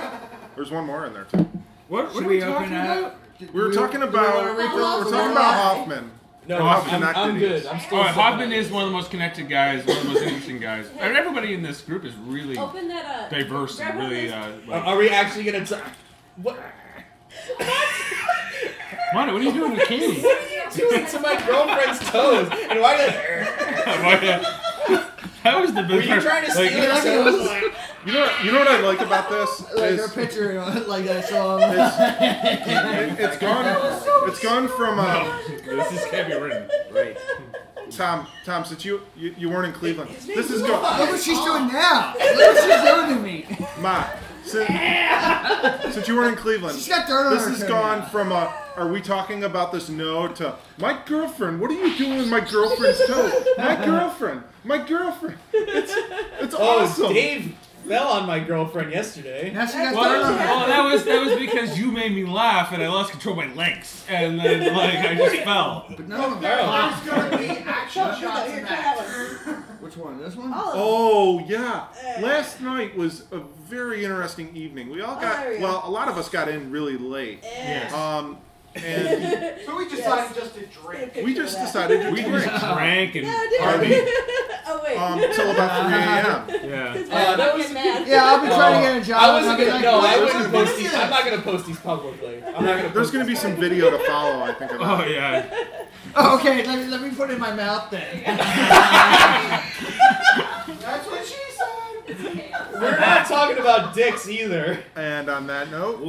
J: There's one more in there too.
G: What,
J: Should
G: are
J: we
G: we talking
J: open up?
G: about?
J: We were talking about
G: wanna
J: we
G: read
J: are
G: the-
J: talking about Hoffman.
B: No,
J: Hoffman,
B: I'm-
J: not
B: I'm
J: Gideon.
B: good. I'm still All right, Hoffman is one of the most connected guys, one of the most interesting guys. And everybody in this group is really
E: Oh,
C: Open that up.
B: diverse
C: Grab
B: and
C: one of
B: really.
C: those-
B: Uh,
E: Are,
B: like,
E: are we actually gonna? T- what?
B: Mono, what are you doing with Katie?
E: to my girlfriend's toes, and why did?
B: That was the
E: Were you
B: bizarre-
E: trying to
B: like,
E: steal her toes?
J: You know, you know what I like about this
G: Like
J: is
G: her picture, uh, like I saw.
J: it, has gone, it's gone from uh,
B: This is can't be written.
H: Right.
J: Tom. Tom, since you, you you weren't in Cleveland, this is
G: Look
J: gone.
G: what she's
I: Oh.
G: doing now. Look what she's doing to me.
J: Ma, since, since you weren't in Cleveland,
G: She's got dirt on
J: this
G: her
J: has
G: toe
J: gone
G: now.
J: from uh, are we talking about this no to my girlfriend? What are you doing with my girlfriend's toe? My girlfriend, my girlfriend. It's it's
E: Oh,
J: awesome.
E: Dave fell on my girlfriend yesterday.
G: Now she got
B: Well,
G: dirt
B: that-
G: on her.
B: well, Oh, that was that was because you made me laugh and I lost control of my legs and then like I just fell.
G: But none of
E: Oh.
G: them.
I: There's gonna be action
C: Here,
I: shots in
C: try
I: that.
C: that one.
G: Which one? This one?
C: All of them.
J: Oh yeah. Last night was a very interesting evening. We all
G: Oh,
C: there we
J: got
C: go.
J: well, a lot of us got in really late.
B: Yes.
J: Um, and
I: So we decided just to drink.
J: we just decided to
B: We
J: drink
B: just drank and
C: No, dude.
B: partied.
C: oh wait.
J: um, till about 3 a.m.
B: Yeah.
E: Uh, that
C: Don't
E: was-
C: get mad.
G: Yeah, I'll be trying to get a job.
E: I wasn't
G: I'll be
E: gonna.
G: like,
E: No,
G: "What?
E: I
G: What
E: wouldn't
G: the
E: post these.
G: fuck
E: I'm not gonna post these publicly. I'm not gonna.
J: There's
E: Post
J: going to be some video to follow, I think. Of
B: Oh
J: that.
B: yeah.
G: Oh, okay, let me, let me put it in my mouth then.
I: That's what she said.
E: We're not talking about dicks either.
J: And on that note,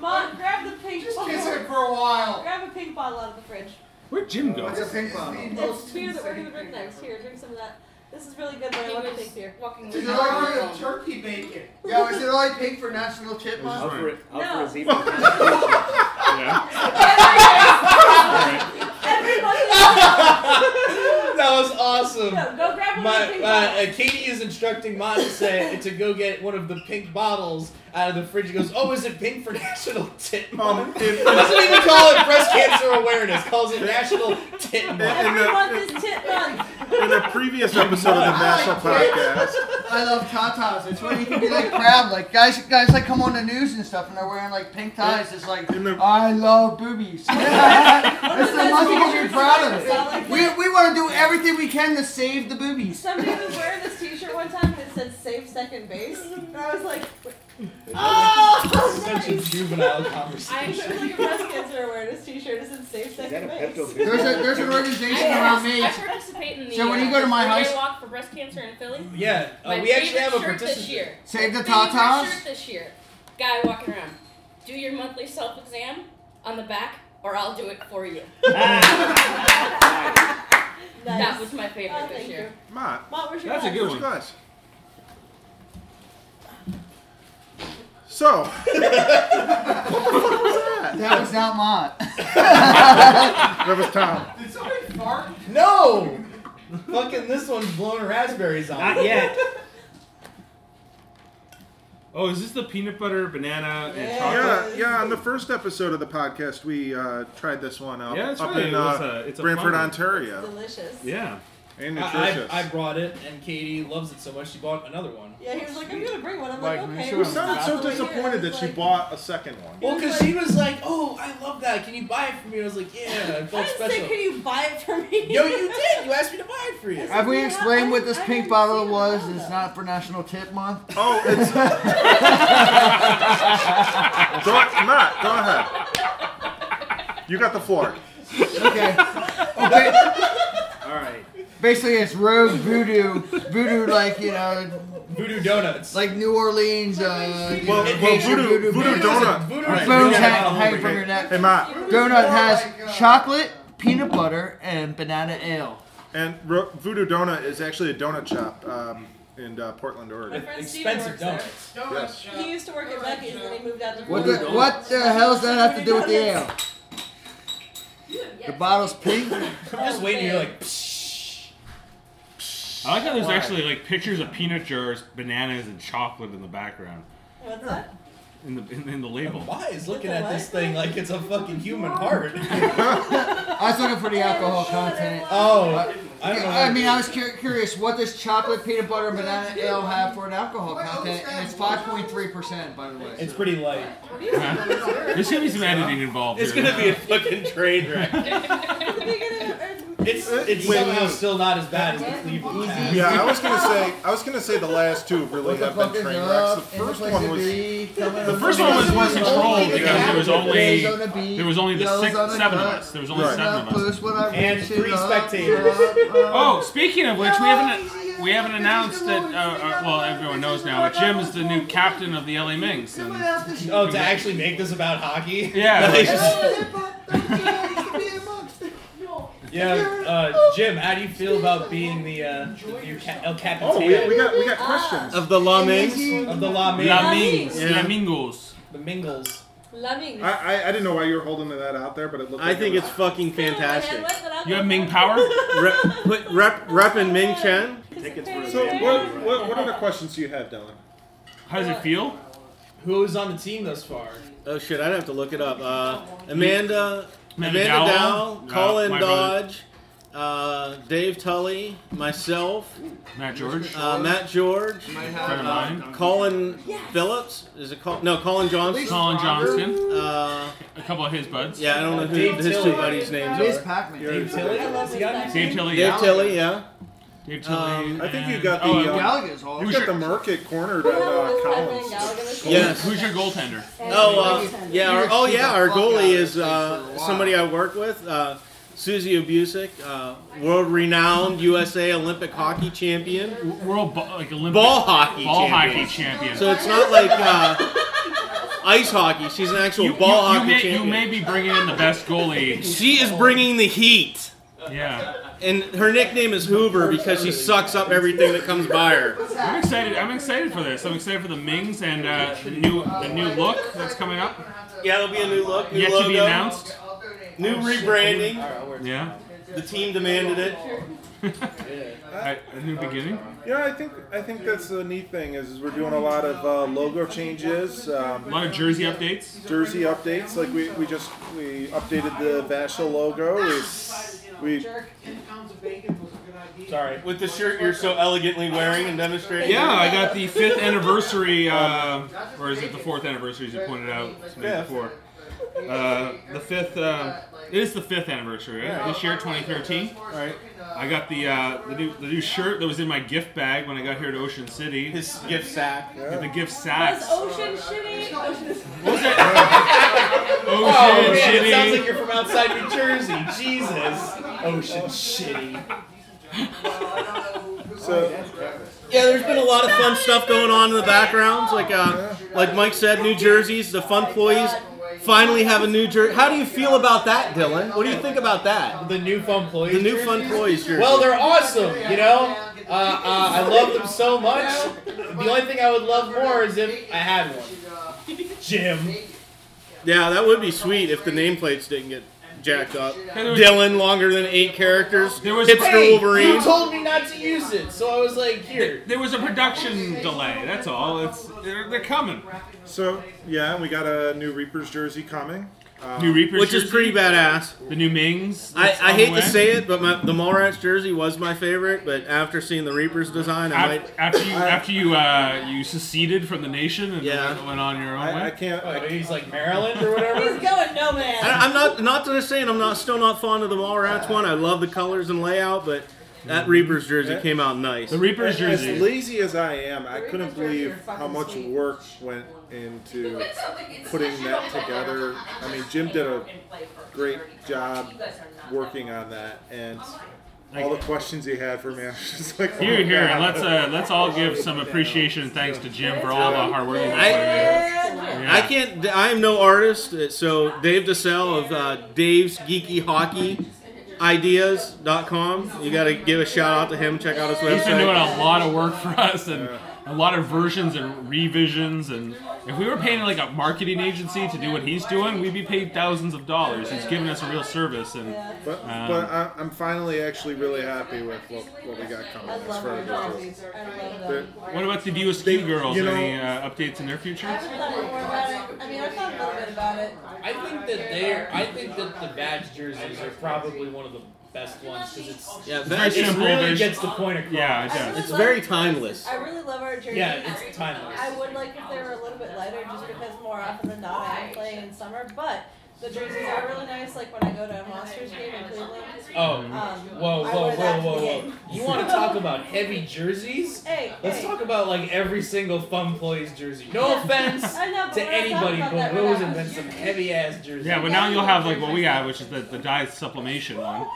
C: Mom, grab the pink
I: Just kiss
C: bottle.
I: it for a while.
C: Grab a pink bottle out of the fridge.
B: Where'd Jim go?
G: What's a pink bottle?
C: It's beer that we're gonna drink next. Here, drink some of that. This is really good, but I want to take beer.
K: Walking
G: Is
K: with
G: it
K: my
G: like
K: mom.
G: real
I: Turkey bacon.
G: Yo, is it only pink for National Chip
H: Out
G: Month?
H: for it. Out for
C: No.
H: a zebra presentation.
B: Yeah.
C: Everybody,
E: That was awesome.
C: no, go grab one of the
E: My,
C: pink bottles.
E: uh, Katie is instructing Mott to, say, to go get one of the pink bottles out of the fridge. She goes, "Oh, is it pink for National Tit
J: um,
E: Month?"
J: in,
E: Doesn't even call it breast cancer awareness. Calls it National Tit Month.
J: in,
C: Every month
J: the,
C: is tit month.
J: in the previous episode of the National Podcast,
G: I love tatas. It's when you can be like proud, like guys, guys like come on the news and stuff, and they're wearing like pink ties. It's like
J: In the-
G: I love boobies. it's the month you can be proud of
C: Sound like
G: it. We, we want to do everything we can to save the boobies.
C: Somebody was wearing this T-shirt one time and it said "Save Second Base," and I was like, "Oh,
E: Such a
C: nice!"
E: juvenile
K: I
E: conversation.
C: It was like a breast cancer awareness T-shirt. It said "Save
H: Is that a
C: Second
H: Pepto
C: Base."
G: There's a
H: Bismol?
G: there's an organization around me.
K: I participate in the
G: So when you go to
K: uh,
G: my
K: three-day
G: house-
K: walk for breast cancer in Philly.
E: Yeah, uh,
K: My
E: we actually
K: favorite
E: have a
K: shirt this
E: participant.
K: year.
G: Save the
K: Favorite
G: tatas.
K: Shirt this year. Guy walking around. Do your monthly self-exam on the back, or I'll do it for you. That was my favorite
C: Oh,
K: this
C: thank you.
K: year.
J: Matt,
C: Mom, where's your
B: That's a
C: glass?
B: good
J: first
B: one.
J: class. So, what the fuck was that?
G: That was not mine.
J: That was Tom.
I: Did somebody fart?
E: No, fucking this one's blowing raspberries on.
H: Not
E: me.
H: yet.
B: Oh, is this the peanut butter, banana, and chocolate?
J: Yeah, yeah. On the first episode of the podcast, we uh, tried this one out
B: Yeah, that's
J: up
B: right.
J: in
B: It was
J: uh,
B: a- it's a
J: Brantford,
B: fun one.
J: Ontario,
C: Delicious.
B: Yeah.
J: and
E: I,
J: nutritious.
E: I, I brought it, and Katie loves it so much she bought another one.
C: Yeah, he was like, "I'm gonna bring one." I'm
G: Like,
C: like,
G: make
C: "Okay."
G: sure
J: you
C: we'll
J: sounded
C: stop
J: so
C: over here.
J: disappointed that
C: It's
J: you
C: like-
J: bought a second one.
E: Well,
C: was
E: because
C: like-
E: she was like, "Oh, I love that. Can you buy it for me?" I was like, "Yeah, I
C: I was
E: felt
C: like,
E: special."
C: "Can you buy it for me?"
E: Yo, you did. You asked me to buy it for you.
G: Have we
C: Yeah,
G: explained
C: I-
G: what this
C: I
G: pink
C: didn't
G: bottle
C: see it
G: was?
C: at all,
G: It's
C: though.
G: not for National Tip Month.
J: Oh, it's. go, Matt, go ahead. You got the floor.
G: Okay. Okay.
H: All right.
G: Basically, it's rogue voodoo, voodoo like you know,
E: Voodoo donuts.
G: like New Orleans. Uh, you
J: Well, well
G: know, Haitian
J: voodoo, voodoo
G: band.
J: donut.
E: Voodoo
J: All right.
G: Bones
E: donut.
G: hang, hanging from your
J: Hey,
G: neck.
J: Matt.
G: Donut
I: Oh my God.
G: has chocolate, peanut butter, and banana ale.
J: And Ro- Voodoo Donut is actually a donut shop um, in uh, Portland,
C: My
J: Oregon.
C: friend Steven
E: Expensive
C: works there.
E: donuts.
I: Donut
J: Yes.
I: shop.
C: He used to work at
I: Donut
C: Becky's, and
I: shop.
C: then he moved out to.
G: What the, what the hell does that have to do with the ale? The bottle's pink.
E: I'm just waiting. You're like, Psh.
B: I like how there's
G: Why?
B: actually like pictures of peanut jars, bananas, and chocolate in the background.
C: What's that?
B: In the in, in the label.
E: why is looking at this thing like it's a fucking human heart?
G: I was looking for the alcohol content.
E: Oh,
G: I-
D: I don't know how
G: I
D: to
G: mean,
D: do
G: I
D: it.
G: was cur- curious what does chocolate, peanut butter, and banana ale have for an alcohol content, and it's 5.3%, by the way.
D: It's pretty light.
B: There's gonna be some editing involved.
D: It's
B: here.
D: gonna be a fucking train wreck. it's it's
J: Wait,
D: somehow
J: wait.
D: still not as bad as the Cleveland. Easy.
J: Yeah, I was gonna say, I was gonna say the last two really have been train wrecks. The first one was
B: The first one was more controlled because there was only there was only the six,
G: Arizona
B: seven of
G: cut.
B: us. There was only
G: Right.
B: seven of us.
G: And three
B: spectators.
G: uh,
B: oh, speaking of which, we haven't we haven't announced that. Uh, uh, well, everyone knows now, but Jim is the new captain of the LA Minx. and-
E: Oh, to actually make this about hockey?
B: Yeah.
E: Yeah, uh, Jim, how do you feel about being the, uh, the new ca- El Capitan?
J: Oh, we, we got we got questions
D: Of the La
E: Of the La Mings.
B: La Mings.
J: Yeah.
B: La Mingos.
E: The Mingles.
C: Loving.
J: I, I I didn't know why you were holding that out there, but it looked.
D: I
J: like
D: think
J: it was-
D: it's fucking fantastic.
B: You have Ming power?
D: Rep, put rep, rep and Ming Chen.
H: Tickets
J: So what, what what other questions do you have, Dylan?
B: How does it feel?
E: Who was on the team thus far?
D: Oh shit, I'd have to look it up. Uh, Amanda,
B: Amanda
D: Amanda
B: Dowell?
D: Dow,
B: Uh,
D: Colin
B: my brother.
D: Dodge, uh, Dave Tully, myself,
B: Matt George.
D: uh, Matt George,
B: Friend of
D: uh,
B: mine.
D: Colin Phillips. Is it Col- no Colin Johnson?
B: Colin Johnston.
D: Uh,
B: A couple of his buds.
D: yeah, I don't know who
E: Dave
D: his
E: Tilly.
D: two buddies' names
G: Miss
D: are.
G: Pac-Man.
D: Dave
E: Tilly? He got
B: Dave Tilly.
D: Dave
B: Yeah.
D: Tilly, yeah.
B: Dave Tilly.
D: Um,
J: I think you
B: and-
J: got the,
B: Oh,
J: uh,
B: yeah.
G: Gallagher's all.
J: You
B: Who's
J: got the
B: your-
J: Merkit cornered at uh, Collins.
D: Yes.
B: Who's your goaltender?
D: Oh uh, yeah! Our, oh yeah! Our goalie is
G: for a
D: uh,
G: while.
D: somebody I work with, uh, Susie Obusic, uh, world-renowned USA Olympic hockey champion,
B: World bo- like Olympic
D: ball hockey
B: ball
D: champion.
B: hockey champion.
D: So it's not like uh, ice hockey. She's an actual
B: you, you-
D: ball
B: you
D: hockey
B: may,
D: champion.
B: you may be bringing in the best goalie.
D: she is bringing the heat,
B: Yeah,
D: and her nickname is Hoover because she sucks up everything that comes by her.
B: I'm excited. I'm excited for this. I'm excited for the Mings and uh, the new the new look that's coming up.
D: Yeah, there'll be a new look, new
B: Yet to be
D: logo,
B: announced.
D: new rebranding.
B: Yeah,
D: The team demanded it.
B: a, a new beginning.
J: Yeah, I think I think that's the neat thing is we're doing a lot of uh, logo changes,
B: A
J: um,
B: lot of jersey updates.
J: jersey updates. Like we, we just we updated the Vashel logo. We, we
I: Ten pounds of bacon was a good idea.
D: Sorry. With the shirt you're so elegantly wearing and demonstrating.
B: Yeah, I got the fifth anniversary, uh, or is it the fourth anniversary? As you pointed out it's maybe
J: Fifth.
B: before. Uh, the fifth. Uh, it is the fifth anniversary, right? This year, 2013.
J: right.
B: I got the uh, the new the new shirt that was in my gift bag when I got here to Ocean City.
D: His gift sack.
B: With the gift
C: Was
B: sacks.
C: ocean shitty? Ocean is
B: What was it? Ocean
E: Oh, man, it sounds
B: City.
E: like you're from outside New Jersey. Jesus. Oh, Ocean shitty.
J: So
D: Yeah, there's been a lot of fun stuff going on in the backgrounds. Like, uh, like Mike said, New Jersey's the fun employees finally have a new jersey. How do you feel about that, Dylan? What do you think about that?
E: The new fun employees.
D: The new fun employees jersey.
E: Well, they're awesome, you know? Uh, uh, I love them so much. The only thing I would love more is if I had one. Jim.
D: yeah, that would be sweet if the nameplates didn't get jacked up. Dylan, longer than eight characters.
B: There was-
D: hipster
E: Hey, you
D: Wolverine.
E: told me not to use it, so I was like, here.
B: There was a production delay. That's all. It's they're, they're coming.
J: so yeah, and we got a new Reapers jersey coming. Um,
B: New Reapers,
D: Which is
B: jersey,
D: pretty badass.
B: The new Mings.
D: I,
B: that's
D: I
B: on
D: hate
B: the
D: to
B: way.
D: say it, but my, the Mallrats jersey was my favorite. But after seeing the Reapers design, I might.
B: Af- After you, after you, uh, you seceded from the nation and
D: Yeah.
B: went- went on your own
J: I, I
B: way.
J: can't.
E: Oh,
J: I,
E: he's like Maryland or
C: He's
E: whatever.
C: going no man.
D: I, I'm not not that I'm saying I'm not still not fond of the Mallrats one. I love the colors and layout, but that Reapers jersey came out nice.
B: The Reapers
J: as
B: jersey.
J: lazy as I am, I couldn't
C: Reapers jersey
J: believe
C: are fucking
J: how much
C: sweet.
J: work went into putting that together. I mean, Jim did a great job working on that, and all the questions he had for me, I was just like,
B: Here,
J: oh,
B: here,
J: God.
B: let's uh, let's all give some appreciation and thanks to Jim for all the hard work. he's put in.
C: And-
B: Yeah.
D: I can't. I am no artist, so Dave DeSalle of uh, Dave's Geeky Hockey ideas.com you got to give a shout out to him check out his
B: He's been doing
D: website
B: a lot of work for us and a lot of versions and revisions. And if we were paying like a marketing agency to do what he's doing, we'd be paid thousands of dollars. He's given us a real service. And
J: But,
B: um,
J: but I, I'm finally actually really happy with what, what we got coming
C: I
J: as
C: love
J: far
C: our
J: as the
C: jerseys. I love
J: But-
C: them.
B: what about the View Askew girls?
J: you know-
B: Any uh, updates in their futures?
C: I haven't thought more about it. I mean, I thought a little bit about it.
E: I think that they're. I think that the badge jerseys are probably one of the best ones because it's
D: Yeah,
E: it's
D: very simple,
E: It really
D: there's-
E: gets the point across.
B: Yeah, it does.
D: It's very timeless.
C: I really love our jersey.
E: Yeah, it's timeless.
C: I would like if they were a little bit lighter, just because more often than not I am playing in summer. But the jerseys are really nice. Like when I go to a Monsters game in Cleveland.
E: Oh,
C: um,
E: whoa,
C: I
E: whoa,
C: wear
E: whoa,
C: that to
E: whoa,
C: the game.
E: whoa! You want to talk about heavy jerseys?
C: Hey,
E: Let's
C: hey.
E: talk about like every single fun plays jersey. No offense
C: I know, but
E: to
C: we're not talking
E: anybody,
C: about
E: but
C: that
E: Rose
C: right now.
E: invents some heavy ass jerseys.
B: Yeah, but now you'll have like what we got, which is the, the dye sublimation one.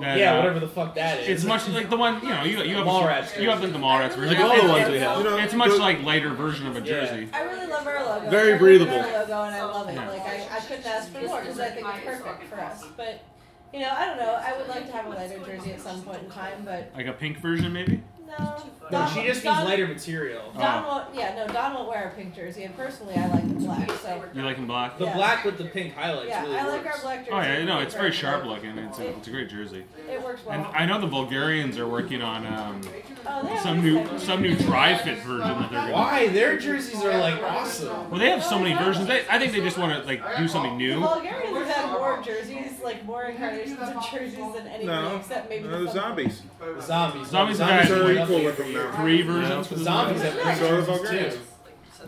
B: That,
E: Yeah,
B: uh,
E: whatever the fuck that is.
B: It's much like the one you know you, you have
E: Mallrats
B: you have the, the Mallrats version.
D: Like all the
B: It's-
D: ones we have.
B: you know, It's much like lighter version of a jersey.
C: I really love our logo.
D: Very
C: I really love
D: breathable.
C: Our logo, and I love it.
B: Yeah.
C: Like I, I couldn't ask for more because I think it's perfect for us. But you know, I don't know. I would like to have a lighter jersey at some point in time, but
B: Like a pink version maybe.
C: no.
E: No,
C: Don-
E: she just needs
C: Don-
E: lighter material.
C: Don won't. Yeah, no. Don won't wear a pink jersey, and personally, I like the black. So
B: You like in black?
E: The
C: Yeah.
E: black with the pink highlights
C: yeah,
E: really
C: I like
E: works.
C: our black jersey.
B: Oh yeah, no, it's very sharp looking. It's a, it's a great jersey.
C: It works well.
B: And I know the Bulgarians are working on um,
C: Oh, they have
B: some new some new dry fit version that they're gonna.
E: Why? Their jerseys are like awesome.
B: Well, they have so many versions. They, I think they just want to like do something
C: The
B: new.
C: Bulgarians have had more jerseys, like more incarnations of jerseys than anybody
J: No.
C: except maybe
J: No,
C: the
J: the
C: Fun-
J: zombies.
E: The zombies.
B: Zombies
E: the
B: have
J: Zombies are
E: went up
J: equal
E: every
J: with them
E: year.
J: now.
B: Three versions.
E: The
B: for the
E: zombies have pink
J: So are the
E: jerseys
J: Bulgarians.
E: too.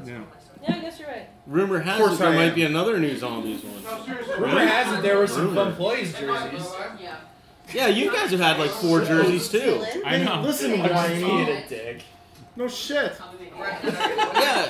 B: Yeah.
C: Yeah, I guess you're right.
D: Rumor has
J: course
D: it there
J: I
D: might
J: am.
D: be another new zombies one.
E: Rumor has it there were some
D: Rumor.
E: fun plays jerseys.
D: Yeah, you guys have had like four jerseys too.
B: I know.
J: Listen to me.
E: Why you needed a dick?
J: No shit.
D: Yeah,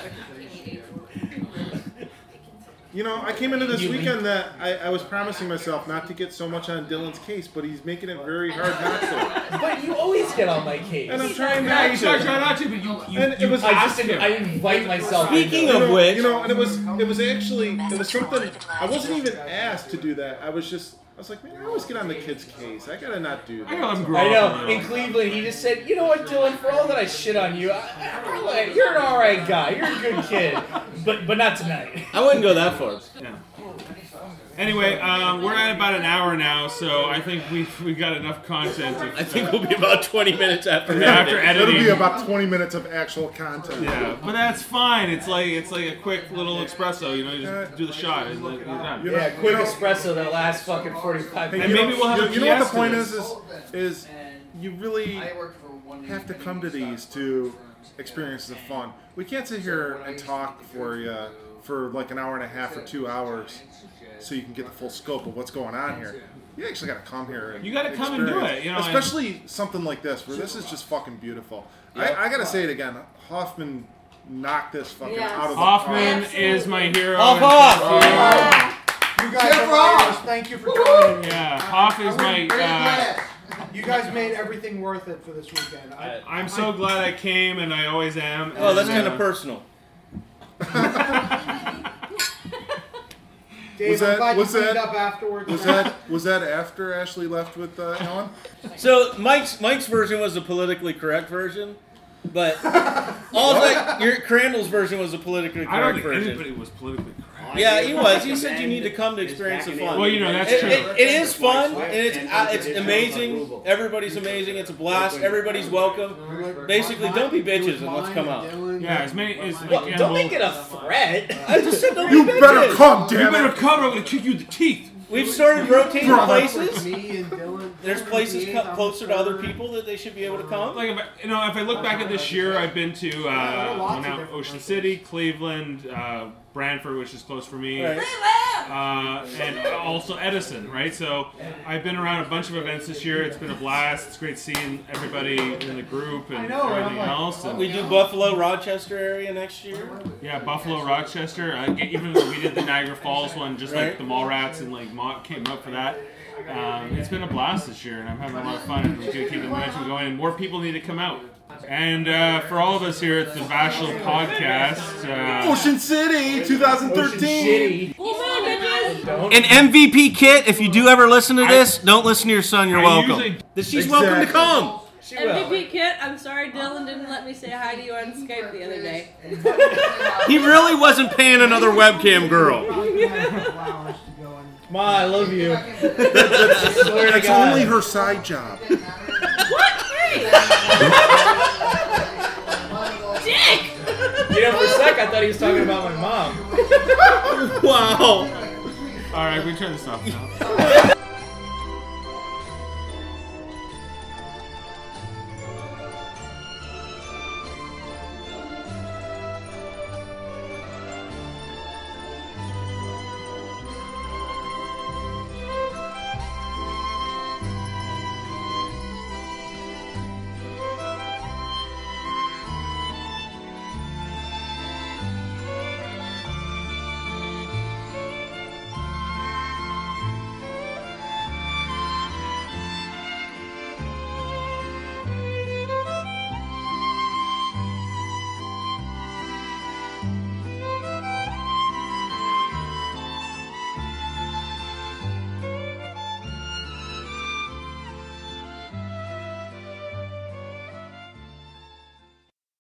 J: You know, I came into this
E: You-
J: weekend that I, I was promising myself not to get so much on Dylan's case, but he's making it very hard not to.
E: But you always get on my case.
J: And I'm trying
B: Yeah,
J: not
B: you tried
J: to.
B: not to, but you, you,
J: And it
B: you
J: was-
E: I
B: asked
E: just
B: him.
E: I invite myself.
D: Speaking
E: into
J: You
E: it.
D: of
J: know,
D: which-
J: you know, and it was it was actually it was something I wasn't even asked to do that. I was just I was like, man, I always get on the kid's case. I gotta not do
B: I
J: that.
B: know I'm
E: I
B: growing. up
E: know.
B: now.
E: In Cleveland, he just said, "You know what, Dylan? For all that I shit on you, I, I, I'm like, you're an all right guy. You're a good kid, but but not tonight."
D: I wouldn't go that far.
B: Anyway, um, we're at about an hour now, so I think we've we got enough content. To,
D: I think we'll be about 20 minutes after
B: Yeah, after
D: that.
B: editing.
L: It'll be about 20 minutes of actual content.
B: yeah, but that's fine. It's like it's like a quick little espresso. You know, you just do the shot and then you're done.
L: You
E: Yeah, quick
L: you know-
E: espresso that lasts fucking 45
L: Hey,
E: minutes.
B: And
L: you know-
B: maybe we'll have
L: you,
B: a
L: you know what the
B: PS to
L: point
B: this.
L: is, is is you really have to come to these to experience the fun. We can't sit here and talk for you for like an hour and a half or two hours so you can get the full scope of what's going on here. You actually got to come here. And
B: You gotta come and do
L: experience-
B: it, you know, and-
L: especially something like this, where this is just fucking beautiful. I, I got to say it again. Hoffman knocked this fucking
K: Yes.
L: out of the park.
B: Hoffman is my hero.
D: Off, off!
B: Um,
G: You guys are fighters.
I: Thank you for coming.
B: Yeah, Hoff is my. Uh,
I: You guys made everything worth it for this weekend. I,
B: I'm so glad I came, and I always am.
D: Oh, that's
B: And,
D: kind
B: uh,
D: of personal.
I: Dave,
L: Was
I: I'm
L: that-
I: glad you
L: was
I: cleaned
L: that-
I: up afterwards.
L: Was that was that after Ashley left with uh, Ellen?
D: So Mike's Mike's version was the politically correct version, but all that your Crandall's version was the politically
B: I don't
D: correct
B: think
D: version.
B: anybody was politically correct.
D: Yeah, he was. He said you need to come to experience the fun.
B: Well, you know, that's
D: It-
B: true.
D: it- it is fun and it's uh, it's amazing. Everybody's amazing. It's a blast. Everybody's welcome. Basically, don't be bitches and let's come out.
B: Yeah, as many as like,
E: Well,
B: and
E: don't
B: we'll-
E: make it a threat.
D: I just said don't be
L: You better
D: bitches.
L: come,
B: You
L: damn
B: better
L: it!
B: come, or I'm gonna kick you in the teeth.
D: We've started rotating
L: Brother.
D: places.
I: Me and Dylan.
D: There's places co- closer to other people that they should be able to come.
B: Like if I, you know, if I look back at this year, I've been to uh, well, now Ocean City, Cleveland, uh, Branford, which is close for me,
D: Right.
B: uh, and also Edison. Right, so I've been around a bunch of events this year. It's been a blast. It's great seeing everybody in the group and
I: know, and I'm
B: everything
I: like, oh,
B: else. And,
D: We do Buffalo, Rochester area next year.
B: yeah, Buffalo, Rochester. Uh, even though we did the Niagara Falls one, just like
D: Right.
B: the Mallrats and like Mott came up for that. Um, it's been a blast this year, and I'm having a lot of fun. And we're gonna keep the momentum going, and more people need to come out. And uh, for all of us here at the Bachelor Podcast, uh,
L: Ocean City, 2013.
E: Shitty.
D: An MVP kit. If you do ever listen to this, don't listen to your son. You're
B: I
D: welcome.
B: usually-
D: That she's welcome to
L: Exactly.
D: come.
E: She will.
C: MVP Kit, I'm sorry Dylan didn't let me say hi to you on Skype the other day.
D: He really wasn't paying another webcam girl.
I: hours to go and
E: Ma, I love you. Swear to
L: That's
E: God.
L: only her side job.
K: Dick!
E: You know, for a sec, I thought he was talking about my mom.
M: Wow.
B: All right, we turn this off now.